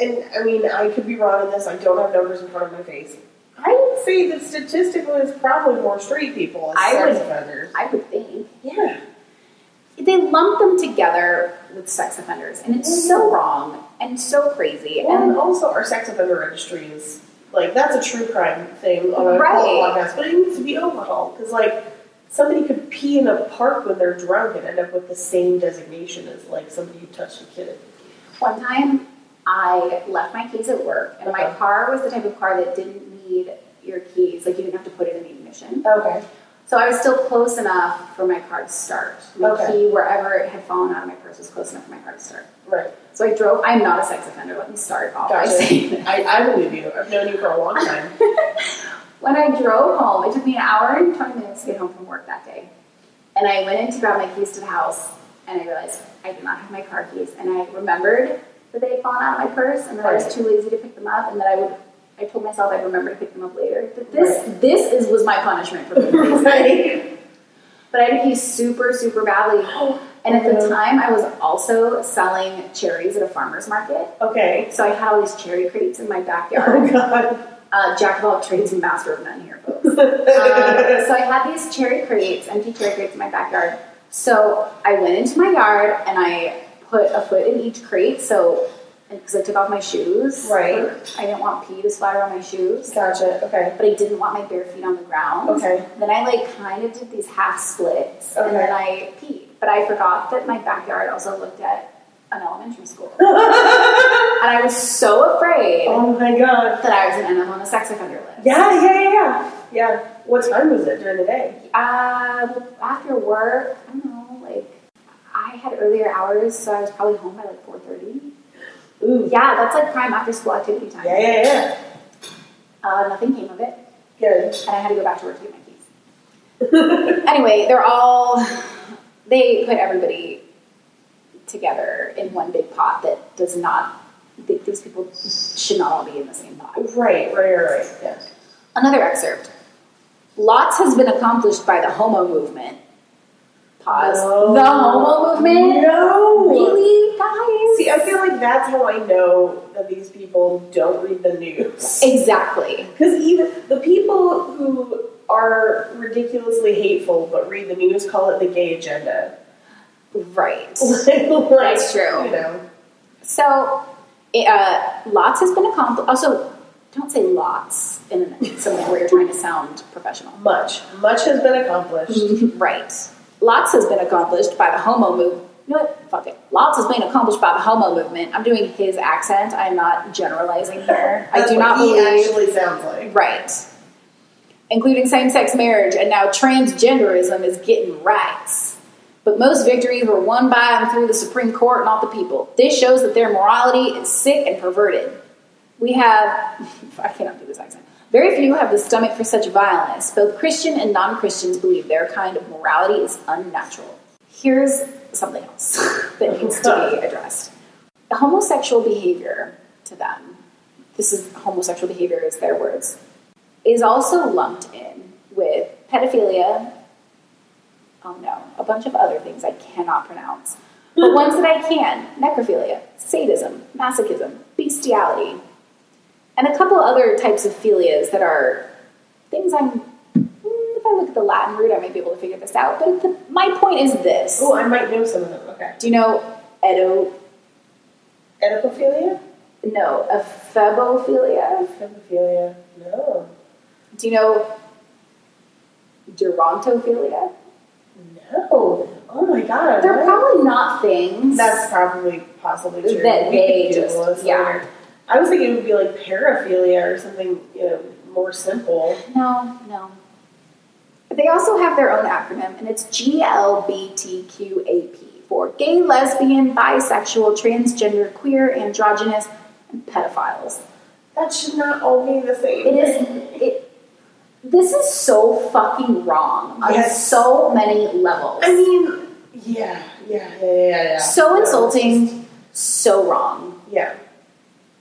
and I mean, I could be wrong on this. I don't have numbers in front of my face. I would say that statistically, it's probably more straight people as I sex would- offenders. I would think. Yeah. They lump them together with sex offenders, and it's so wrong and so crazy. Mm. Well, and And also our sex offender registry is like that's a true crime thing on a Right. podcast, but it needs to be overhauled because like somebody could pee in a park when they're drunk and end up with the same designation as like somebody who touched a kid. one time, I left my keys at work, and my Okay. car was the type of car that didn't need your keys; like you didn't have to put it in the ignition. Okay. So I was still close enough for my car to start. My Okay. key, wherever it had fallen out of my purse, was close enough for my car to start. Right. So I drove. I'm not a sex offender. Let me start off by Gotcha. saying that. I, I believe you. I've known you for a long time. When I drove home, it took me an hour and 20 minutes to get home from work that day. And I went in to grab my keys to the house, and I realized I did not have my car keys. And I remembered that they had fallen out of my purse, and that I was too lazy to pick them up, and that I would. I told myself I'd remember to pick them up later. But this, this is was my punishment for being lazy. right. But I had to pee super, super badly. And at the time, I was also selling cherries at a farmer's market. Okay. So I had all these cherry crates in my Oh backyard. God. Uh, jack of all trades and master of none here, folks. Um, so I had these cherry crates, empty cherry crates in my backyard. So I went into my yard and I put a foot in each crate. So because I took off my shoes, Right. I didn't want pee to splatter on my shoes, gotcha. Okay. but I didn't want my bare feet on the ground. Okay. Then I like kind of did these half splits and Okay. then I peed. But I forgot that my backyard also looked at an elementary school. and oh I was so afraid my God. that I was going to end up on the sex offender list. Yeah. Yeah. Yeah. Yeah. Yeah. What time was it during the day? Uh, well, after work, I don't know, like I had earlier hours, so I was probably home by like 4.30. Ooh. Yeah, that's like prime after school activity time. Yeah. Yeah. Yeah. Uh, nothing came of it, Good. and I had to go back to work to get my keys. anyway, they're all they put everybody together in one big pot that does not th- these people should not all be in the same pot. Right, right, right, right. Yeah. Another excerpt. Lots has been accomplished by the homo movement. Pause. No. The homo movement? No. Really, guys? See, I feel like that's how I know that these people don't read the news. exactly. Because even the people who are ridiculously hateful but read the news call it the gay agenda. Right. like, That's true. You know. So, it, uh, lots has been accomplished. Also, don't say lots in some way where you're trying to sound professional. Much. Much has been Mm-hmm. accomplished. right. Lots has been accomplished by the homo movement. You know what? Fuck it. Lots has been accomplished by the homo movement. I'm doing his accent. I'm not generalizing here. I That's do what not he believe. actually sounds like. Right. Including same sex marriage, and now transgenderism is getting rights. But most victories were won by and through the Supreme Court, not the people. This shows that their morality is sick and perverted. We have, I cannot do this accent. Very few have the stomach for such violence. Both Christian and non Christians believe their kind of morality is unnatural. Here's something else that needs to be addressed homosexual behavior to them, this is homosexual behavior, is their words, is also lumped in with pedophilia. Oh no, a bunch of other things I cannot pronounce. But Hmm. ones that I can necrophilia, sadism, masochism, bestiality, and a couple other types of philias that are things I'm. mm, If I look at the Latin root, I might be able to figure this out. But the, my point is this. Oh, I might know some of them. Okay. Do you know Edo Edipophilia? No, a phobophilia. Edipophilia? No. Do you know gerontophilia? No. Oh my god. They're what? probably not things. That's probably possibly true. That We they could Google just- this yeah. later. I was thinking it would be like paraphilia or something, you know, more simple. no, no. But they also have their own acronym, and it's GLBTQAP for gay, lesbian, bisexual, transgender, queer, androgynous, and pedophiles. That should not all be the same. It is. It, this is so fucking wrong on Yes. so many levels. I mean, yeah, yeah, yeah, yeah, yeah. so insulting, so wrong. Yeah.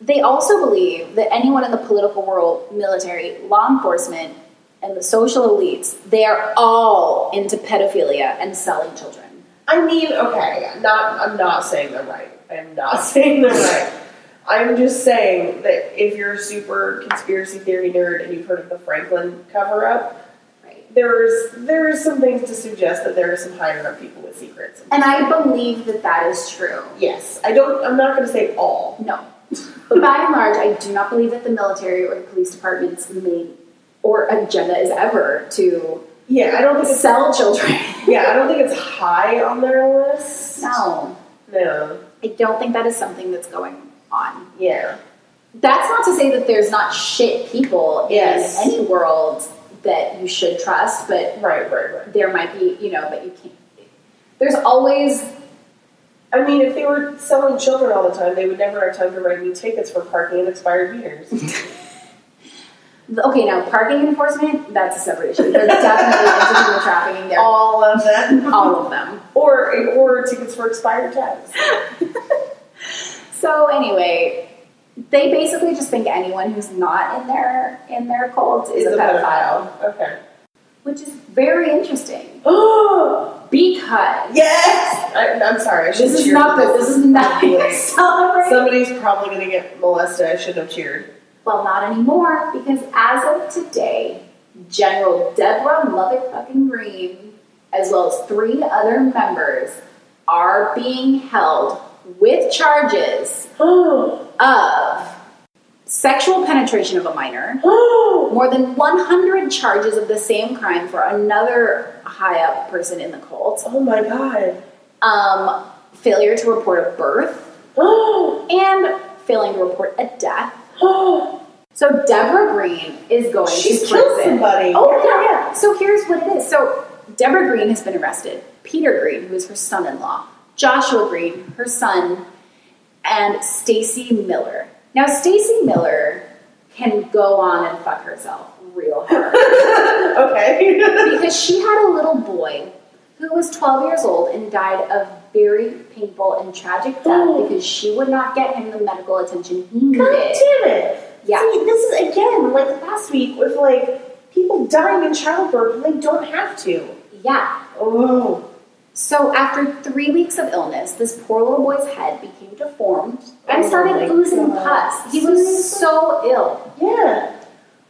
They also believe that anyone in the political world, military, law enforcement, and the social elites, they are all into pedophilia and selling children. I mean, okay, not. I'm not saying they're right. I'm not saying they're right. I'm just saying that if you're a super conspiracy theory nerd and you've heard of the Franklin cover up, Right. there's there's some things to suggest that there are some higher up people with secrets. And I believe that that is true. Yes, I don't. I'm not going to say all. No. But by and large, I do not believe that the military or the police department's main or agenda is ever to Yeah, I don't think it's. sell children. Yeah, I don't think it's high on their list. No. No. I don't think that is something that's going on. Yeah. That's not to say that there's not shit people Yes. in any world that you should trust, but Right. Right. Right. there might be, you know, but you can't. There's always I mean, if they were selling children all the time, they would never have time to write me tickets for parking and expired beers. Okay, now parking enforcement, that's a separate issue. There's definitely individual trafficking there. All, all of that, of them. or or tickets for expired tags. So anyway, they basically just think anyone who's not in their in their cult is, a pedophile, Okay. which is very interesting Oh because yes! I, I'm sorry. I should this is cheer not for good. This is not Yes. celebrating. Somebody's probably going to get molested. I shouldn't have cheered. Well, not anymore because as of today, General Deborah motherfucking Green, as well as three other members, are being held with charges Oh, of sexual penetration of a minor, oh, more than 100 charges of the same crime for another high up person in the cult, oh my god. um, failure to report a birth, Oh, and failing to report a death. oh. So Deborah Green is going to She's prison. killed somebody. Oh yeah, yeah. So here's what it is. So Deborah Green has been arrested. Peter Green, who is her son-in-law, Joshua Green, her son, and Stacy Miller. Now Stacy Miller can go on and fuck herself real hard Okay. because she had a little boy who was 12 years old and died of very painful and tragic death Oh. because she would not get him the medical attention he needed. God damn it. Yeah. See, this is again like last week with like people dying in childbirth when they don't have to. Yeah. Oh. So after three weeks of illness, this poor little boy's head became deformed and Oh started my oozing God. pus. He was so ill. Yeah.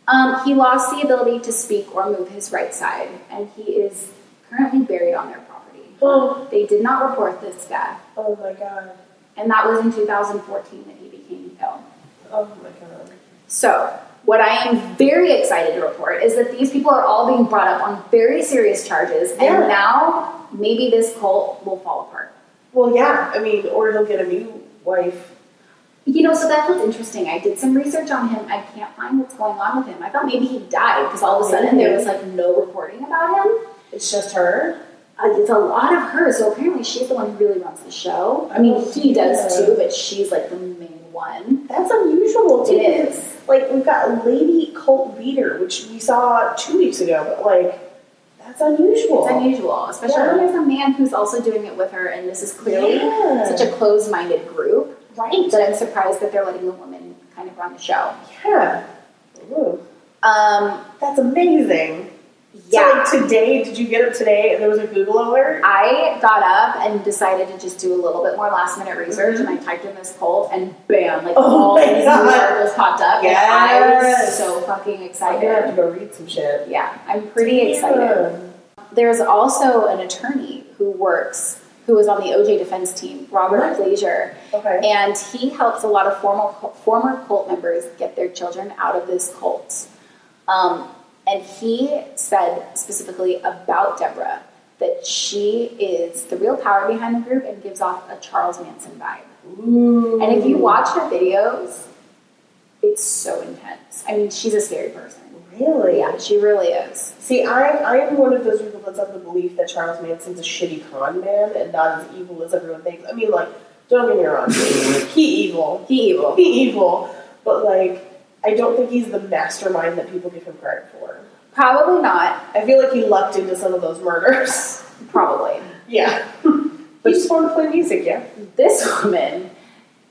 Um, he lost the ability to speak or move his right side, and he is currently buried on their property. Oh. They did not report this death, Oh my god. and that was in 2014 that he became ill. Oh my god. So, what I am very excited to report is that these people are all being brought up on very serious charges, Yeah. and now maybe this cult will fall apart. Well, yeah. I mean, or he'll get a new wife. You know, so that's what's interesting. I did some research on him. I can't find what's going on with him. I thought maybe he died because all of a sudden there was like no reporting about him. It's just her. Uh, it's a lot of her, so apparently she's the one who really runs the show. I mean, he Oh, does too, but she's like the main one. That's unusual. too. It is. Like we've got lady cult leader, which we saw two weeks ago, but like that's unusual. It's unusual, especially Yeah. when there's a man who's also doing it with her, and this is clearly Yeah. such a closed minded group right. that I'm surprised that they're letting the woman kind of run the show. Yeah. Ooh, Um, that's amazing. yeah. So like today, did you get up today and there was a Google alert? I got up and decided to just do a little bit more last minute research, and I typed in this cult, and bam, like Oh all my these new God. articles popped up. and I was Yes. so fucking I'm gonna have to excited. go read some shit. Yeah, I'm pretty excited. Yeah. There's also an attorney who works, who was on the OJ defense team, Robert What? Glazier, Okay. and he helps a lot of formal, former cult members get their children out of this cult. Um, and he said specifically about Deborah that she is the real power behind the group and gives off a Charles Manson vibe. Ooh. And if you watch her videos, it's so intense. I mean, she's a scary person. really, Yeah, she really is. See, I I'm one of those people that's of the belief that Charles Manson's a shitty con man and not as evil as everyone thinks. I mean, like, don't get me wrong, he evil, He evil. he evil, but like, I don't think he's the mastermind that people give him credit for. Probably not. I feel like he lucked into some of those murders. Probably. yeah, he just wanted to play music. Yeah, This woman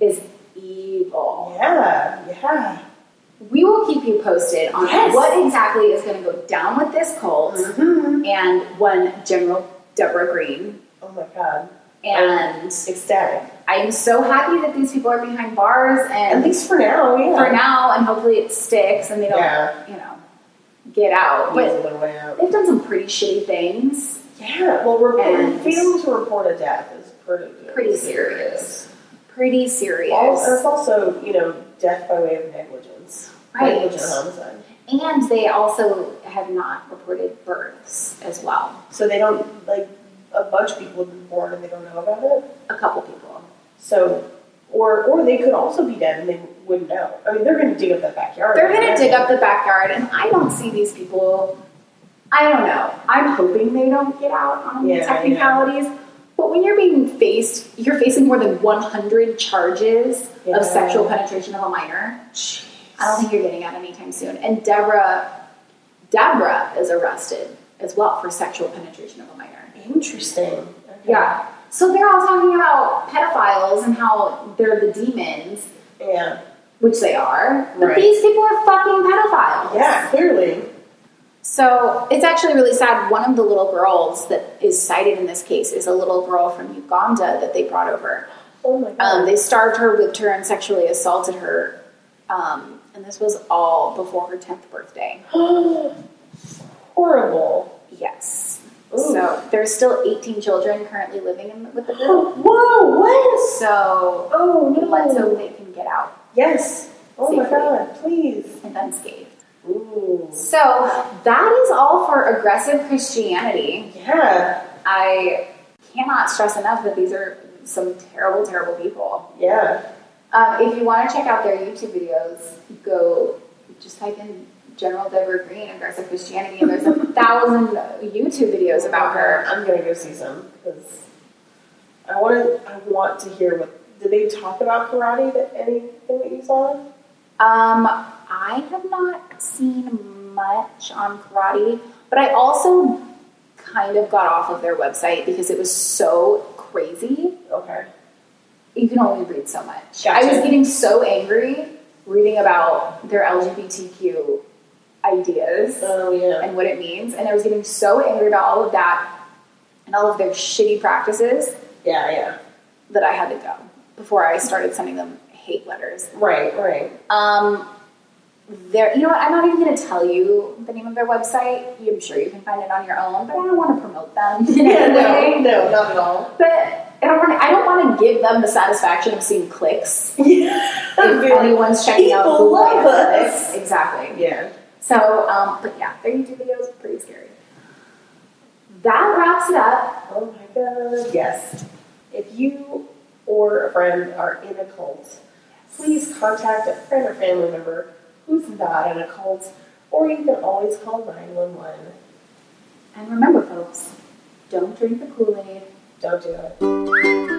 is evil. yeah, yeah. We will keep you posted on Yes. what exactly is going to go down with this cult Mhm. and when General Deborah Green Oh my god. and ecstatic. I'm so happy that these people are behind bars and At least for now, yeah. for now, and hopefully it sticks and they don't, Yeah. you know, get out. Use But a little way out. they've done some pretty shitty things. Yeah, well, report, And- failing to report a death is pretty Pretty serious. Pretty serious. All, and it's also, you know, death by way of negligence, right. negligent homicide. And they also have not reported births as well. So they don't like a bunch of people have been born and they don't know about it. A couple people. So, or or they could also be dead and they wouldn't know. I mean, they're going to dig up that backyard. They're going to dig up the backyard, and I don't see these people. I don't know. I'm hoping they don't get out on Yeah, I know. technicalities. But when you're being faced, you're facing more than 100 charges Yeah. of sexual penetration of a minor. Jeez. I don't think you're getting out anytime soon. And Deborah, Deborah is arrested as well for sexual penetration of a minor. Interesting. Okay. Yeah. So they're all talking about pedophiles and how they're the demons, Yeah. which they are. But Right. these people are fucking pedophiles. Yeah. Clearly. So it's actually really sad. One of the little girls that is cited in this case is a little girl from Uganda that they brought over. Oh my god. Um, they starved her, whipped her, and sexually assaulted her. Um, and this was all before her 10th birthday. Oh, Horrible. Yes. Ooh. So there's still 18 children currently living in, with the Oh. group. Whoa. What? So Oh no. let's hope they can get out Yes. Oh my Safely. god. Please. and unscathed. Ooh. So that is all for aggressive Christianity. Yeah. I cannot stress enough that these are some terrible, terrible people. Yeah. Um, if you want to check out their YouTube videos, go just type in General Deborah Green, aggressive Christianity, and there's a thousand YouTube videos about her. I'm gonna go see some because I want to. I want to hear what. Did they talk about karate? That anything that you saw? Um, I have not seen much on karate, but I also kind of got off of their website because it was so crazy. Okay. You can only read so much. I Gotcha. was getting so angry reading about their LGBTQ ideas. Oh yeah. and what it means. And I was getting so angry about all of that and all of their shitty practices Yeah. Yeah. that I had to go before I started sending them hate letters. Right. Right. Um, there, you know what? I'm not even going to tell you the name of their website. I'm sure you can find it on your own, but I don't want to promote them in Yeah, any way. no, no, not at all. But I don't want. I don't want to give them the satisfaction of seeing clicks. If Yeah. anyone's checking out People who love I am. us. exactly. yeah. So, um, but yeah, their YouTube videos are pretty scary. That wraps it up. Oh my god. Yes. If you or a friend are in a cult, please contact a friend or family member who's not in a cult, or you can always call 911. And remember, folks, don't drink the Kool Aid. Don't do it.